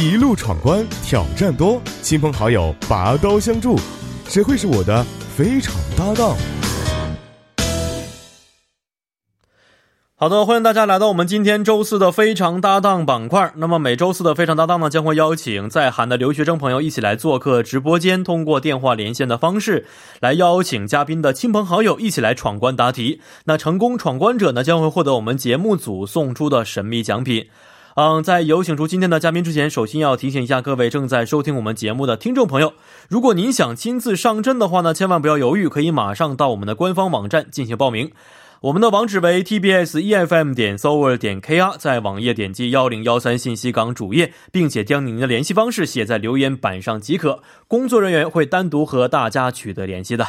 一路闯关，挑战多，亲朋好友拔刀相助，谁会是我的非常搭档？好的，欢迎大家来到我们今天周四的非常搭档板块。那么每周四的非常搭档呢，将会邀请在韩的留学生朋友一起来做客直播间，通过电话连线的方式来邀请嘉宾的亲朋好友一起来闯关答题。那成功闯关者呢，将会获得我们节目组送出的神秘奖品。嗯，在有请出今天的嘉宾之前，首先要提醒一下各位正在收听我们节目的听众朋友，如果您想亲自上阵的话呢，千万不要犹豫，可以马上到我们的官方网站进行报名。我们的网址为 tbs efm 点 s o w e r 点 kr，在网页点击幺零幺三信息港主页，并且将您的联系方式写在留言板上即可，工作人员会单独和大家取得联系的。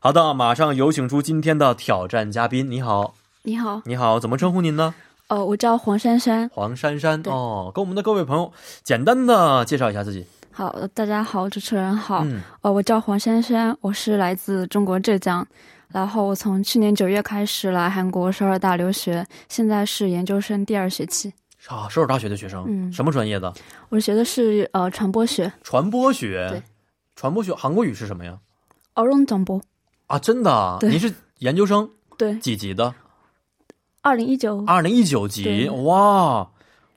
好的，马上有请出今天的挑战嘉宾。你好，你好，你好，怎么称呼您呢？哦，我叫黄珊珊。黄珊珊对哦，跟我们的各位朋友简单的介绍一下自己。好，大家好，主持人好。嗯，哦，我叫黄珊珊，我是来自中国浙江，然后我从去年九月开始来韩国首尔大留学，现在是研究生第二学期。啊，首尔大学的学生，嗯什么专业的？我学的是呃传播学，传播学对。传播学，韩国语是什么呀？ 어른传播。啊，真的啊，对您是研究生对，几级的？二零一九。二零一九级，对哇！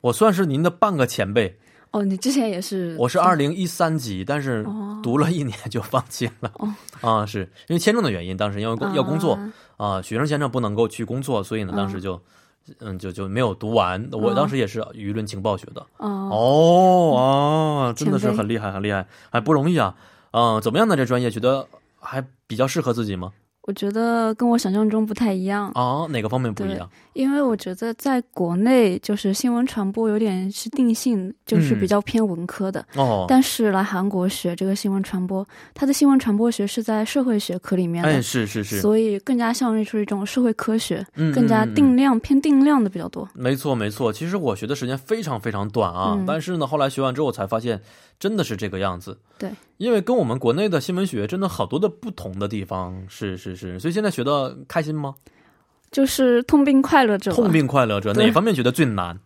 我算是您的半个前辈，哦，你之前也是？我是二零一三级，但是哦读了一年就放弃了。哦 啊，是因为签证的原因，当时因为工要工作啊啊，学生签证不能够去工作，所以呢，嗯当时就。嗯，就就没有读完。我嗯当时也是舆论情报学的。哦，哦啊，真的是前辈很厉害，很厉害，还不容易啊。嗯，怎么样呢？这专业觉得还比较适合自己吗？我觉得跟我想象中不太一样，啊，哪个方面不一对样？因为我觉得在国内就是新闻传播有点是定性，就是嗯比较偏文科的。哦，但是来韩国学这个新闻传播，它的新闻传播学是在社会学科里面的，哎，是是是，所以更加像是一种社会科学，嗯更加嗯嗯定量、偏定量的比较多。没错，没错。其实我学的时间非常非常短啊，嗯但是呢，后来学完之后才发现，真的是这个样子。对，因为跟我们国内的新闻学真的好多的不同的地方，是是是。所以现在学的开心吗？就是痛并快乐着吧，痛并快乐着，对哪方面觉得最难？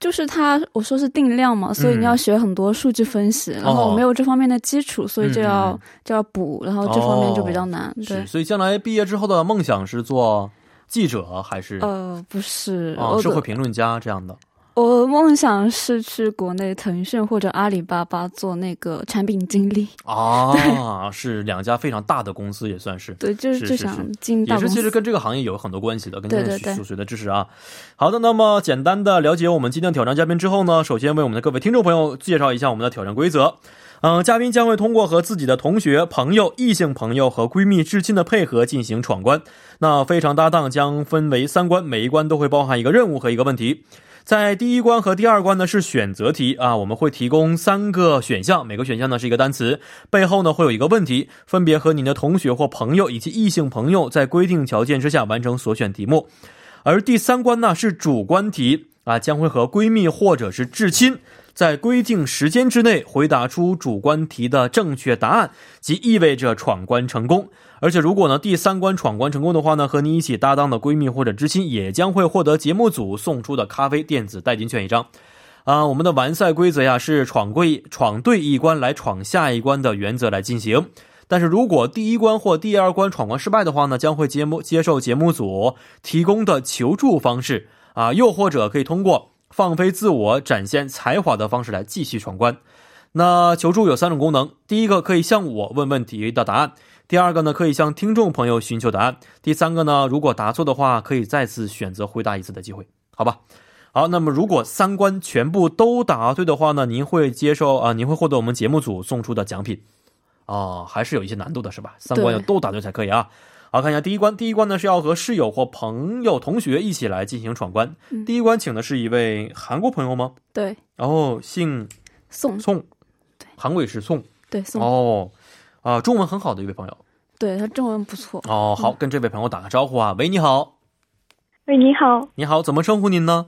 就是它，我说是定量嘛，所以你要学很多数据分析，然后我没有这方面的基础，所以就要、嗯嗯就要补，然后这方面就比较难。是，对，所以将来毕业之后的梦想是做记者还是啊、呃，不是，我社会的评论家这样的？我的梦想是去国内腾讯或者阿里巴巴做那个产品经理，啊，是两家非常大的公司，也算是。对，就是是就是想是进大也公是司。其实跟这个行业有很多关系的，跟对现在对对所学的知识啊。好的，那么简单的了解我们今天挑战嘉宾之后呢，首先为我们的各位听众朋友介绍一下我们的挑战规则。嗯，嘉宾将会通过和自己的同学、朋友、异性朋友和闺蜜、至亲的配合进行闯关。那非常搭档将分为三关，每一关都会包含一个任务和一个问题。在第一关和第二关呢是选择题啊，我们会提供三个选项，每个选项呢是一个单词，背后呢会有一个问题，分别和您的同学或朋友以及异性朋友在规定条件之下完成所选题目。而第三关呢是主观题啊，将会和闺蜜或者是至亲在规定时间之内回答出主观题的正确答案，即意味着闯关成功。而且如果呢第三关闯关成功的话呢，和你一起搭档的闺蜜或者至亲也将会获得节目组送出的咖啡电子代金券一张。啊，我们的完赛规则呀是闯贵闯对一关来闯下一关的原则来进行。但是如果第一关或第二关闯关失败的话呢，将会节目接受节目组提供的求助方式啊，又或者可以通过放飞自我、展现才华的方式来继续闯关。那求助有三种功能：第一个可以向我问问题的答案；第二个呢，可以向听众朋友寻求答案；第三个呢，如果答错的话，可以再次选择回答一次的机会，好吧？好，那么如果三关全部都答对的话呢，您会接受啊、您会获得我们节目组送出的奖品。哦，还是有一些难度的，是吧？三关要对都答对才可以啊。好，看一下第一关，第一关呢是要和室友或朋友、同学一起来进行闯关。嗯第一关请的是一位韩国朋友吗？对，哦，姓送宋嗯对，韩国语是宋对送哦，啊、中文很好的一位朋友对他中文不错，哦，好，跟这位朋友打个招呼啊，喂，你好，喂，你好，你好，怎么称呼您呢？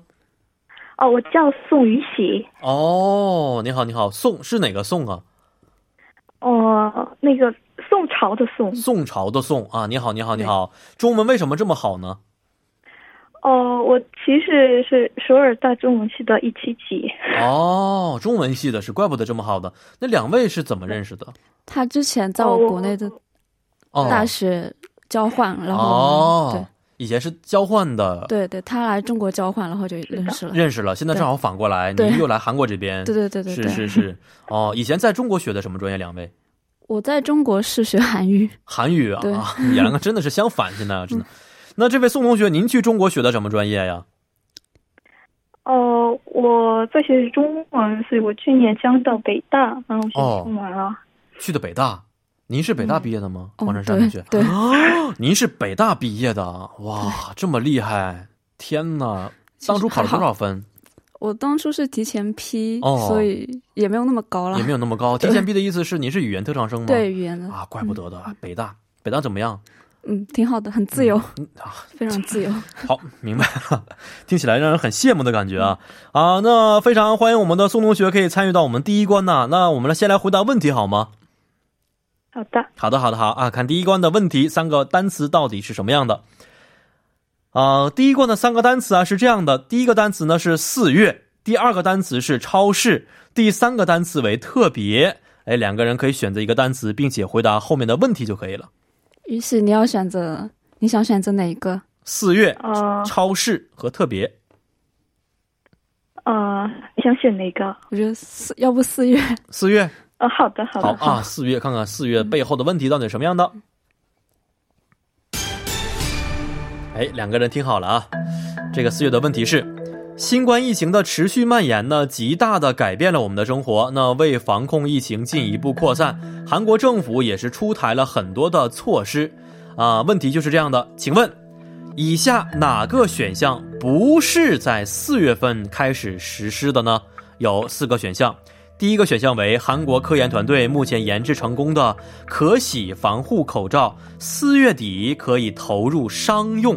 哦，我叫宋雨喜，哦，你好，你好，宋是哪个宋啊？哦，那个宋嗯朝的宋， 宋朝的宋啊，你好，你好，你好，中文为什么这么好呢？哦，我其实是首尔大中文系的一七级。哦，中文系的是，怪不得这么好的。那两位是怎么认识的？他之前在我国内的哦，大学交换，然后、哦，以前是交换的，对对对，他来中国交换，然后就认识了。认识了，现在正好反过来，对你又来韩国这边，对对对对对，是是是。哦，以前在中国学的什么专业？两位我在中国是学韩语，韩语啊对，嗯你两个真的是相反，现在真的。那这位宋同学，您去中国学的什么专业呀？哦，我在学习中文，所以我去年将到北大，然后学习中文啊了。去的北大，您哦是北大毕业的吗？嗯黄珊珊同学，对对啊，您是北大毕业的，哇，这么厉害！天哪，当初考了多少分？我当初是提前批，哦所以也没有那么高了也。没有那么高。提前毕的意思是您是语言特长生吗？对语言的，啊，怪不得的，北大，北大怎么样？嗯，挺好的，很自由，嗯啊，非常自由。好，明白了， 听起来让人很羡慕的感觉啊嗯啊！那非常欢迎我们的宋同学可以参与到我们第一关呐。那我们来先来回答问题好吗？好的，好的，好的，好啊！看第一关的问题，三个单词到底是什么样的？啊、第一关的三个单词啊是这样的：第一个单词呢是四月，第二个单词是超市，第三个单词为特别。哎，两个人可以选择一个单词，并且回答后面的问题就可以了。于是你要选择，你想选择哪一个？四月、哦呃超市和特别。呃，你想选哪个？我觉得四，要不四月， 四月呃，好的，好的，好啊，四月看看四月背后的问题到底是什么样的。哎，两个人听好了啊，这个四月的问题是：新冠疫情的持续蔓延呢，极大的改变了我们的生活。那为防控疫情进一步扩散，韩国政府也是出台了很多的措施啊。问题就是这样的，请问以下哪个选项不是在四月份开始实施的呢？有四个选项，第一个选项为韩国科研团队目前研制成功的可洗防护口罩，四月底可以投入商用。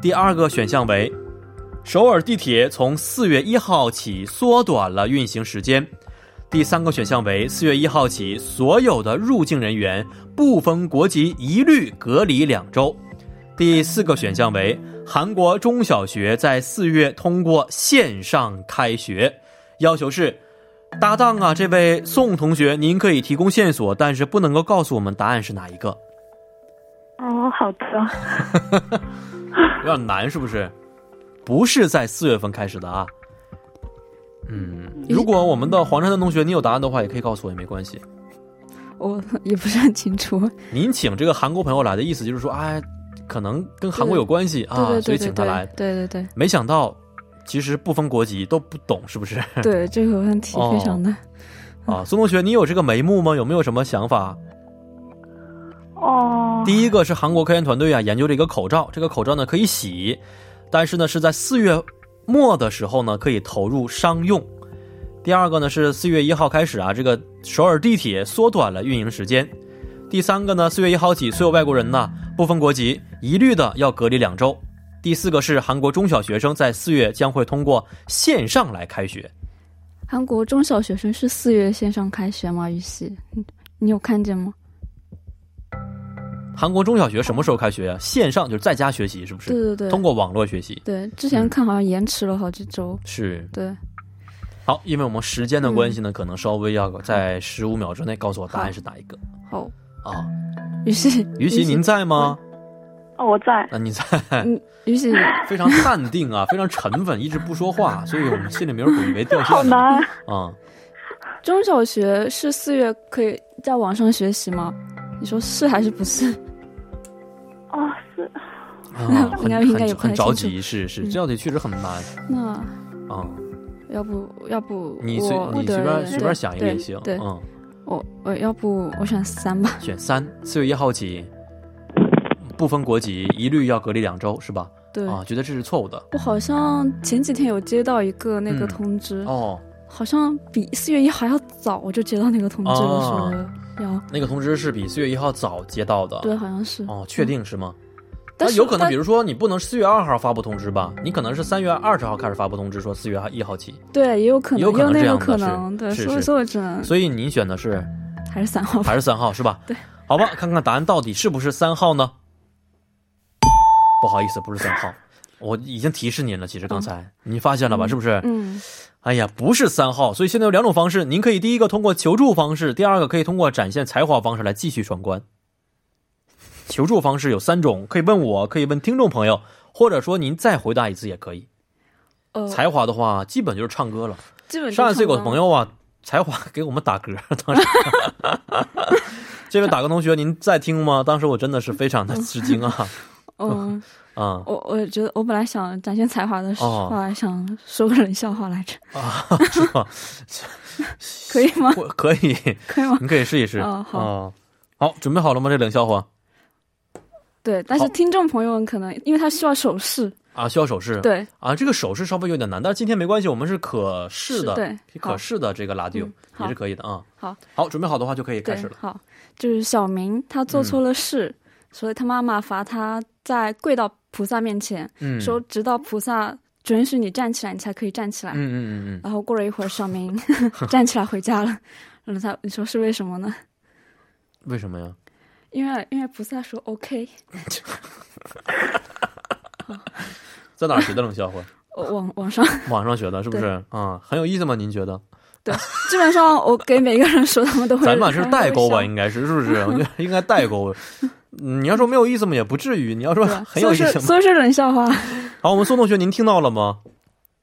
第二个选项为首尔地铁从四月一号起缩短了运行时间。第三个选项为四月一号起，所有的入境人员不分国籍一律隔离两周。第四个选项为韩国中小学在四月通过线上开学，要求是搭档啊，这位宋同学，您可以提供线索，但是不能够告诉我们答案是哪一个，哦，好的，有点难是不是？不是在四月份开始的啊。嗯，如果我们的黄山的同学，你有答案的话，也可以告诉我，也没关系。我也不是很清楚。您请这个韩国朋友来的意思就是说，哎，可能跟韩国有关系啊，对所对以对对请他来对。，对对对没想到，其实不分国籍都不懂，是不是？ 对，这个问题非哦常的。啊，宋同学，你有这个眉目吗？有没有什么想法？哦，第一个是韩国科研团队啊，研究了一个口罩，这个口罩呢可以洗，但是呢是在四月末的时候呢可以投入商用。第二个呢是四月一号开始啊，这个首尔地铁缩短了运营时间。第三个呢，四月一号起，所有外国人呢不分国籍，一律的要隔离两周。第四个是韩国中小学生在四月将会通过线上来开学。韩国中小学生是四月线上开学吗？于西，你你有看见吗？韩国中小学什么时候开学呀、线上就是在家学习，是不对是？对对，通过网络学习对之前看好像延迟了好几周。是对，好，因为我们时间的嗯关系呢，可能稍微要在十五秒之内告诉我答案是哪一个好，嗯啊。于西，于琦，您在吗？哦，我在。啊，你在， 于西，非常淡定啊，非常沉稳，一直不说 话，所以我们心里没有股以为掉好线了难，啊。中小学是四月可以在网上学习吗？你说是还是不是？ 哦，是啊，应很该应该也很不太很着清楚急，是是，嗯这道题确实很难那啊。要不要不你随我你对随便对随对便想一个也行，对，对嗯，我我要不我选三吧。选三，四月一号起，不分国籍，一律要隔离两周，是吧？对，啊，觉得这是错误的我好像前几天有接到一个那个嗯通知，哦。好像比四月一还要早，我就接到那个通知了，哦说要那个通知是比四月一号早接到的，对，好像是。哦，确定是吗？但那是啊有可能，但比如说你不能四月二号发布通知吧？你可能是三月二十号开始发布通知，说四月一号起。对，也有可能，有可能也这那样的个可是能，对，是是所以所以我只能所以您选的 是还是三号吧。还是三号是吧？对。好吧，看看答案到底是不是三号呢？不好意思，不是三号，我已经提示您了，其实刚才、你发现了吧？是不是？ 哦嗯，哎呀，不是三号，所以现在有两种方式，您可以第一个通过求助方式，第二个可以通过展现才华方式来继续闯关。求助方式有三种，可以问我，可以问听众朋友，或者说您再回答一次也可以。呃，才华的话，基本就是唱歌了。基本就上一次有唱个歌朋友啊，才华给我们打 歌，当时。 这位打歌同学，您在听吗？当时我真的是非常的吃惊啊！嗯，啊、我我觉得我本来想展现才华的时哦候，后来想说个冷笑话来着， 啊， 是吧？可以 吗？我可以，可以吗？你可以试一试。哦好哦好，准备好了吗？这冷笑话对，但是好听众朋友们可能因为他需要手势，啊，需要手势。对，啊，这个手势稍微有点难，但是今天没关系，我们是可视的，是对可好视的这个拉丢、嗯好也是可以的啊。好，好，准备好的话就可以开对始了，。嗯好，就是小明他做错了事，所以他妈妈罚他在跪到菩萨面前，嗯，说直到菩萨准许你站起来，你才可以站起来。嗯嗯嗯嗯然后过了一会儿，小明 站起来回家了。然后他你说是为什么呢？嗯，为什么呀？因为因为菩萨说 OK，在哪儿学的冷笑话？我网网上 网上学的，是不是？啊，很有意思吗？您觉得？对，基本上我给每个人说，他们都会。咱俩是代沟吧，应应该是，是不是？我觉得应该代沟。嗯你要说没有意思嘛，也不至于；你要说该很有意思所以是嘛，所以是 冷笑话。好，我们宋同学，您听到了吗？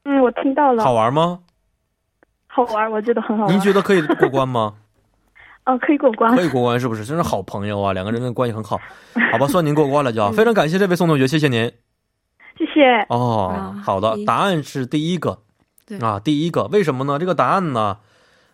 嗯，我听到了，好玩吗？好玩儿，我觉得很好玩您儿。觉得可以过关吗？嗯、可以过啊关可。以过关是不是？真是好朋友啊，两个人的关系很好，好吧，算您过关了就。非常感谢这位宋同学，谢谢您。谢谢。哦啊，好的一，答案是第一个，对啊，第一个，为什么呢？这个答案呢，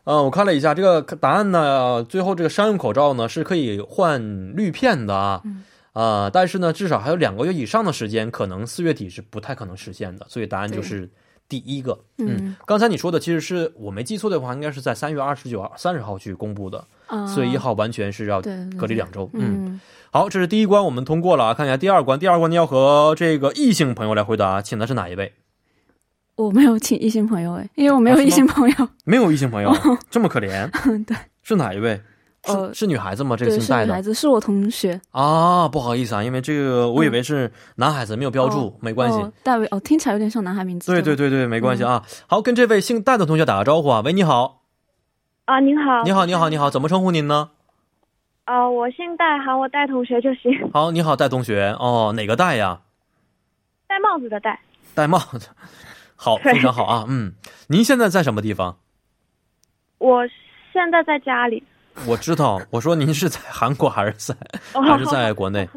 呃，我看了一下，这个答案呢，最后这个商用口罩呢是可以换滤片的啊，嗯呃，但是呢，至少还有两个月以上的时间，可能四月底是不太可能实现的，所以答案就是第一个。嗯，刚才你说的其实是我没记错的话，应该是在三月二十九、三十号去公布的，啊四月一号完全是要对对对隔离两周，嗯嗯，好，这是第一关，我们通过了啊。看一下第二关，第二关要和这个异性朋友来回答，请的是哪一位？我没有请异性朋友哎，因为我没有啊是吗异性朋友。没有异性朋友，这么可 怜，哦嗯对，是哪一位？是、呃是女孩子吗？这个对，姓是戴女的孩子，是我同学。啊，不好意思啊，因为这个我以为是男孩子，没有标注，哦没关系。哦，嗯戴维哦，听起来有点像男孩名字。对对吧，对对，没关系啊。好，跟这位姓戴的同学打个招呼啊。喂，你好，啊，您好，你好，你好，你好，怎么称呼您呢？啊，我姓戴，喊我戴同学就行，好，你好，戴同学。哦，哪个戴呀？戴帽子的戴，戴帽子。好，非常好啊。嗯，您现在在什么地方？我现在在家里，我知道，我说您是在韩国还是在哦还是在国内？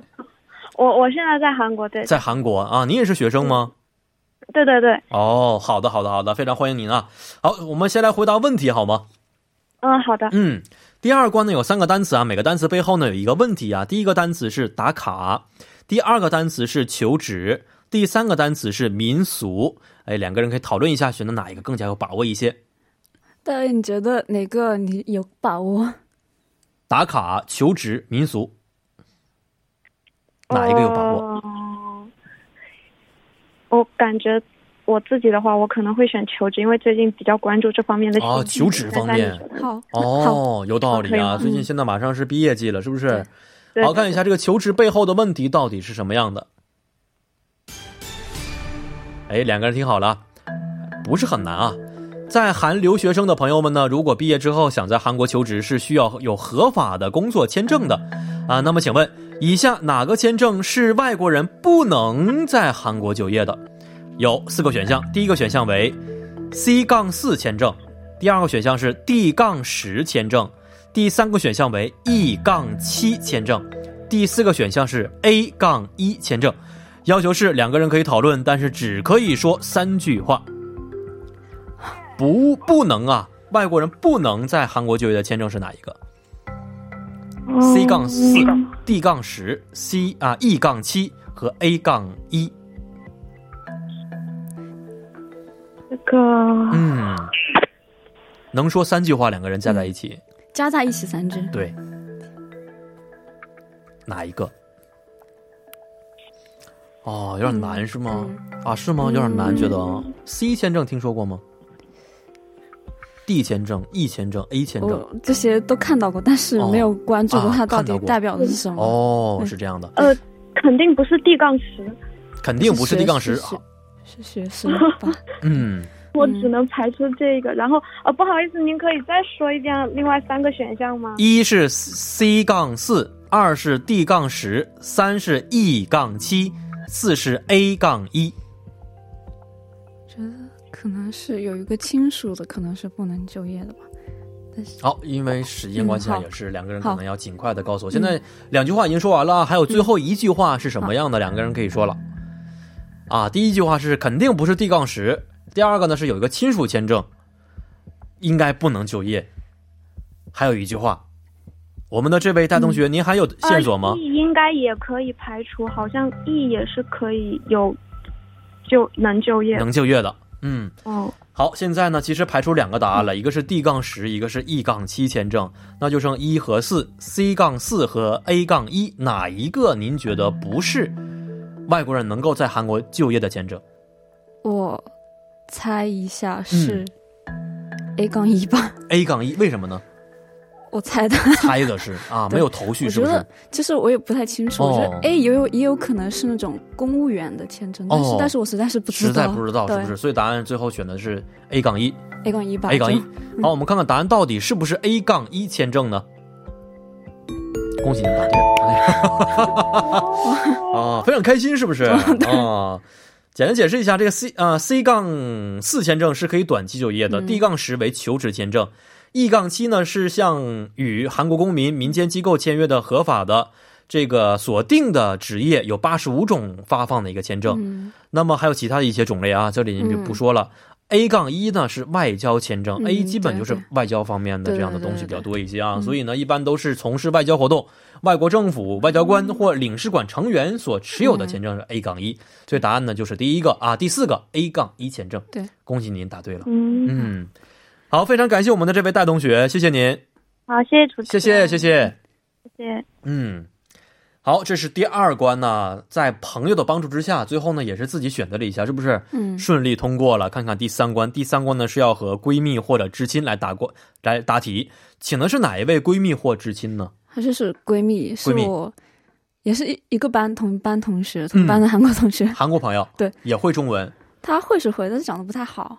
我我现在在韩国，对，嗯在韩国啊，你也是学生吗？对对对，哦，好的，好的，好的，非常欢迎您啊！好，我们先来回答问题好吗？嗯，好的，嗯，第二关呢有三个单词啊，每个单词背后呢有一个问题啊。第一个单词是打卡，第二个单词是求职，第三个单词是民俗。哎，两个人可以讨论一下，选择哪一个更加有把握一些。戴维，你觉得哪个你有把握？打卡、求职、民俗，哪一个有把握？哦我感觉我自己的话，我可能会选求职，因为最近比较关注这方面的哦信息求职方面，那那你觉 得好，好，哦，有道理啊！可以吗嗯最近现在马上是毕业季了，是不是？对好，看一下这个求职背后的问题到底是什么样的。哎，两个人听好了，不是很难啊。在韩留学生的朋友们呢，如果毕业之后想在韩国求职，是需要有合法的工作签证的啊。那么，请问以下哪个签证是外国人不能在韩国就业的？有四个选项，第一个选项为 C 杠四签证，第二个选项是 D 杠十签证，第三个选项为 E 杠七签证，第四个选项是 A 杠一签证。要求是两个人可以讨论，但是只可以说三句话。不，不能啊！外国人不能在韩国就业的签证是哪一个？C 嗯杠四、D 杠十、C 啊 E 杠七和 A 杠一。这个嗯，能说三句话，两个人加在一起，加在一起三只。对，哪一个？哦，有点难、是吗？啊，是吗？有点难，觉得啊 C 签证听说过吗？D 签证、E 签证、A 签证，我这些都看到过，但是没有关注过哦啊它到看到底过哦代表的是什么。哦，是这样的。呃，肯定不是 D 杠十，肯定不是学低杠十啊是。学是学什么吧？ 嗯，我只能排除这个。然后呃，不好意思，您可以再说一遍另外三个选项吗？一，E 是 C 杠四，二是 D 杠十，三是 E 杠七，四是 A 杠一。觉得可能是有一个亲属的，可能是不能就业的吧。但是好，因为时间关系啊，嗯好也是两个人可能好嗯要尽快的告诉我。现在两句话已经说完了啊，还有最后一句话是什么嗯样的？两个人可以说了。啊，第一句话是肯定不是 D 杠十，第二个呢是有一个亲属签证，应该不能就业。还有一句话，我们的这位戴同学，嗯您还有线索吗呃、？？E 应该也可以排除，好像 E 也是可以有就能就业能就业的，嗯。哦。好，现在呢，其实排除两个答嗯案了，一个是 D 杠十，一个是 E 杠七签证，那就剩一和四，C 杠四和 A 杠一，哪一个您觉得不是外国人能够在韩国就业的签证？我猜一下是嗯 A 杠一吧， A 杠一为什么呢？我猜的。猜的是啊， 没有头绪我是觉不得是？其实我也不太清楚，哦我觉得 A 也有也有可能是那种公务员的签证，但是、哦但是我实在是不知道，实在不知道是不对是？所以答案最后选的是 A 杠一 A 杠一吧，A 杠一就。好，我们看看答案到底是不是 A 杠一签证呢？恭喜您答对了。啊，非常开心，是不是？啊，简单解释一下，这个 C 啊、C 杠四签证是可以短期就业的、嗯 d 杠十为求职签证，E 杠七呢是向与韩国公民、民间机构签约的合法的这个锁定的职业有八十五种发放的一个签证。嗯，那么还有其他的一些种类啊，这里就不说了。A 杠一呢是外交签证、嗯 a 基本就是外交方面的对对嗯这样的东西比较多一些啊，对对对对所以呢，一般都是从事外交活动、外国政府、外交官嗯或领事馆成员所持有的签证是 A 杠一，所以答案呢就是第一个啊，第四个 A 杠一签证。对，恭喜您答对了。嗯，嗯，好，非常感谢我们的这位戴同学，谢谢您，好，谢谢主持谢人，谢，谢谢。谢谢。嗯，好，这是第二关呢，在朋友的帮助之下，最后呢也是自己选择了一下，是不是？嗯顺利通过了。看看第三关，第三关呢是要和闺蜜或者至亲来答过来答题，请的是哪一位闺蜜或至亲 呢？她就是闺蜜，是闺蜜我也是一一个班同班同学，同嗯班的韩国同学，韩国朋友，对，也会中文，她会是会，但是讲的不太好。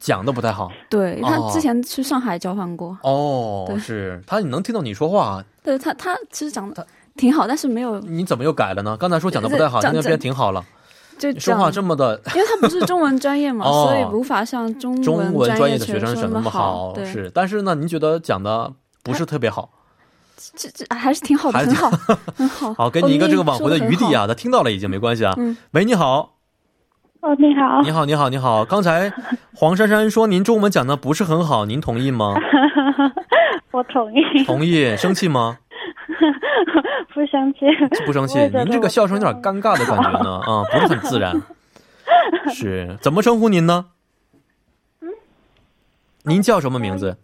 讲的不太好对，她哦之前去上海交换过，哦对，是他，你能听到你说话，对她她其实讲她的挺好，但是没有你怎么又改了呢？刚才说讲的不太好，这现这在变挺好了，就你说话讲这么的因为他不是中文专业嘛， 哦所以无法像中中文专专业的学学生说讲得那么好好，，对，是，但是呢，您觉得讲的不是特别 好。这这还是挺好的，还是很好，很 好。好，给你一个这个挽回的余地哦！啊，他听到了已经没关系啊。嗯喂，你好，哦，你好， 你好，你好，你好。刚才黄珊珊说您中文讲的不是很好，您同 意吗？我同 意，同意，生气吗？不 生气。不生气。我也觉得您这个笑声有点尴尬的感觉 呢，啊、不是很自然。是，怎么称呼您呢？嗯您叫什么名字？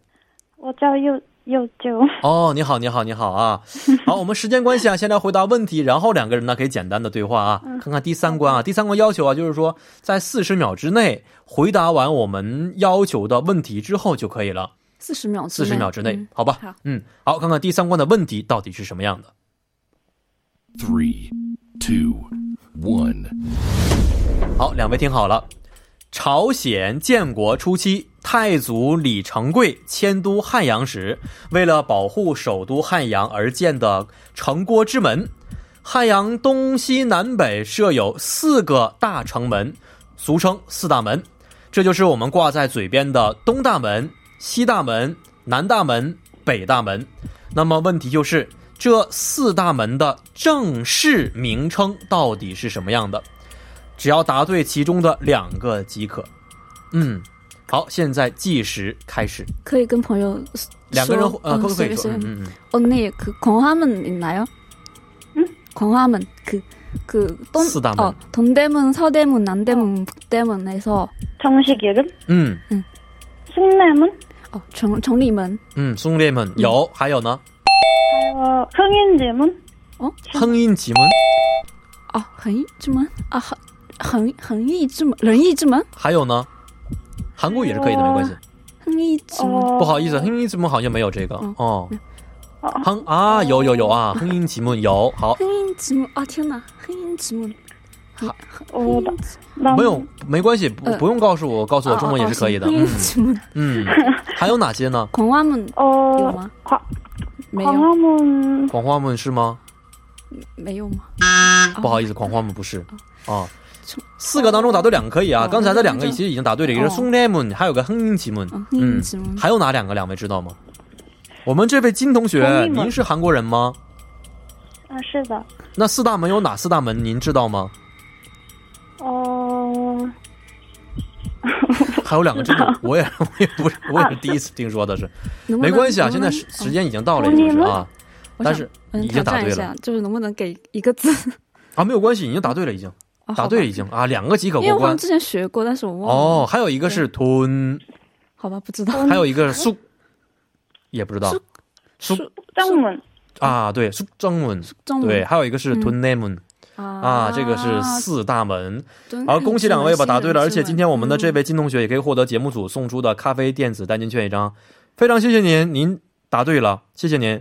我叫佑佑就，哦，你好，你好，你好啊！好，我们时间关系啊，先来回答问题，然后两个人呢可以简单的对话啊，嗯看看第三关啊。第三关要求啊，就是说在四十秒之内回答完我们要求的问题之后就可以了，四十秒之四内，十秒之内，嗯好吧？好嗯，好，看看第三关的问题到底是什么样的。 Three, two, one. 好，两位听好了。朝鲜建国初期，太祖李成桂迁都汉阳时，为了保护首都汉阳而建的城郭之门。汉阳东西南北设有四个大城门，俗称四大门，这就是我们挂在嘴边的东大门、西大门、南大门、北大门。那么问题就是，这四大门的正式名称到底是什么样的？只要答对其中的两个即可。嗯，好，现在计时开始，可以跟朋友两个人说呃，嗯可不可以随说？便嗯随嗯嗯， 언니그공항은있나요？공항은그그동 四大门。 어동대문서대문남대문북대문에서 정식 이름 嗯 승남은 어정정리문 嗯，松烈们有，还有呢， 어,哦 흥인지문 亨音奇门， 어恒义之门아恒恒恒义之门仁义之门还有呢，韩国语也是可以的，没关系。恒义哦之门 어,嗯不好意思，亨音奇门好像没有这个哦嗯哦哦。亨嗯啊，有有有啊，亨音奇门有，好， 흥인 지문 아天哪，흥인 지문 我的，那不用，没关系，不呃不用告诉我，告诉我中文也是可以的。哦哦嗯行嗯嗯，还有哪些呢？ 恐蛙们有哦，吗？夸没夸有，他们狂花们是吗？没有吗？不哦好意思，狂花们不是啊。四个当中答对两个可以啊，哦刚才的两个那就其实已经答对了，一个是哦松山们，还有个亨英奇们嗯。亨嗯英奇们，还有哪两个？两位知道吗？我们这位金同学，亨利们您是韩国人吗？啊，是的，那四大门有哪四大门？您知道吗？哦，还有两个真 的，我也我也不是，我也是第一次听说的是。能不没能关系啊，能现不在能时嗯时间已经到了，哦已经你是们啊。我但想是嗯，已经挑答战对一了下，就是能不能给一个字？啊，没有关系，已经答对了，已经哦答对了，，已经啊，两个及好格吧因为过我好像关。之前学过，但是我忘了。哦，还有一个是吞，好吧，不知道。哦还有一个是苏，也不知道苏是中文啊，对，苏正文， 中文对，还有一个是吞内门啊，这个是四大门。好，恭喜两位吧，答对了！而且今天我嗯们的这位金同学也可以获得节目组送出的咖啡电子代金券一张，非常谢谢您，您答对了，谢谢 您。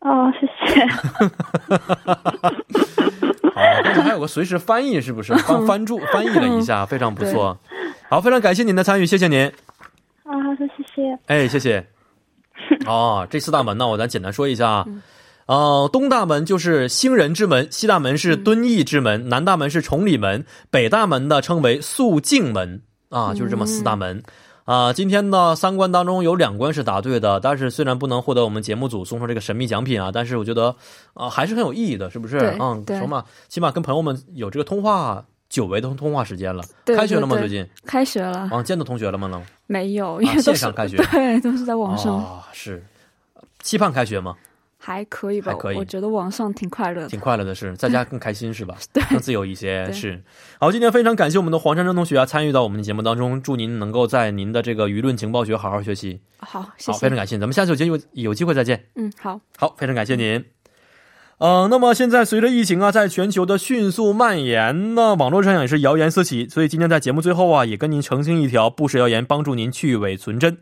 哦，谢谢。 好，刚才还有个随时翻译，是不是翻翻注翻译了一 下，非常不错。好，非常感谢您的参与，谢谢您。啊，好的，谢谢。哎，谢 谢。哦，这四大门呢，我咱简单说一下啊。嗯呃，东大门就是兴仁之门，西大门是嗯敦义之门，南大门是崇礼门，北大门呢称为肃静门啊，就是这嗯么四大门。啊、今天呢，三关当中有两关是答对的，但是虽然不能获得我们节目组送出这个神秘奖品啊，但是我觉得，啊、还是很有意义的，是不是？对嗯，对起码起码跟朋友们有这个通话，久违的通话时间了。对开学了吗？对最对 近开学了啊，见到同学了吗？能没有？啊因为线都是上开学对，都是在网上，啊、是期盼开学吗？还可以吧还可以？我觉得网上挺快乐的挺。快乐的是，在家更开心是吧？ 对更自由一些对是。好，今天非常感谢我们的黄珊珊同学啊，参与到我们的节目当中，祝您能够在您的这个舆论情报学好好学习。好，谢好，非常谢。感谢，咱们下次有机会有机会再见。嗯，好。好，非常感谢您。呃，那么现在随着疫情啊，在全球的迅速蔓延呢，网络上也是谣言四起，所以今天在节目最后啊，也跟您澄清一条不实谣言，帮助您去伪存真。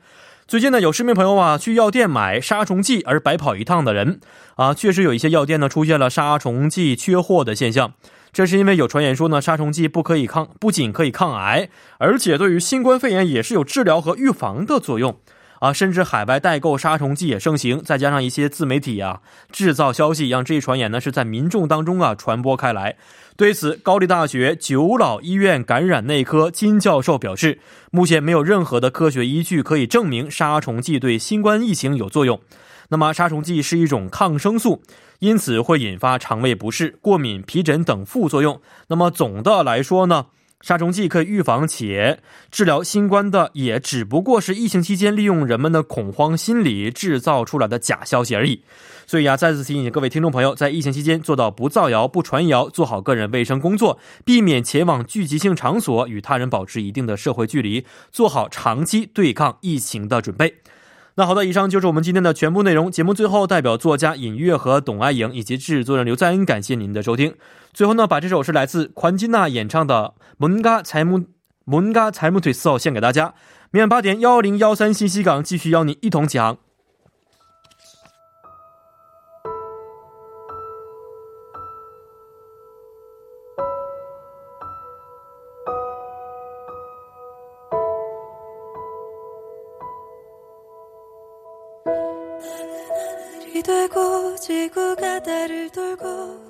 最近呢，有市民朋友啊去药店买杀虫剂而白跑一趟的人啊，确实有一些药店呢出现了杀虫剂缺货的现象。这是因为有传言说呢，杀虫剂不可以抗，不仅可以抗癌，而且对于新冠肺炎也是有治疗和预防的作用。啊，甚至海外代购杀虫剂也盛行，再加上一些自媒体啊制造消息，让这一传言呢是在民众当中啊传播开来。对此，高丽大学九老医院感染内科金教授表示，目前没有任何的科学依据可以证明杀虫剂对新冠疫情有作用。那么，杀虫剂是一种抗生素，因此会引发肠胃不适、过敏、皮疹等副作用。那么总的来说呢，杀虫剂可以预防且治疗新冠的也只不过是疫情期间利用人们的恐慌心理制造出来的假消息而已。所以啊，再次提醒各位听众朋友，在疫情期间做到不造谣、不传谣，做好个人卫生工作，避免前往聚集性场所，与他人保持一定的社会距离，做好长期对抗疫情的准备。那好的，以上就是我们今天的全部内容。节目最后，代表作家尹月和董爱颖以及制作人刘在恩，感谢您的收听。最后呢，把这首是来自宽金娜演唱的《门嘎财木门嘎财木腿四号》献给大家。明晚八点幺零幺三信息港继续邀您一同起航。 이 되고 지구가 나를 돌고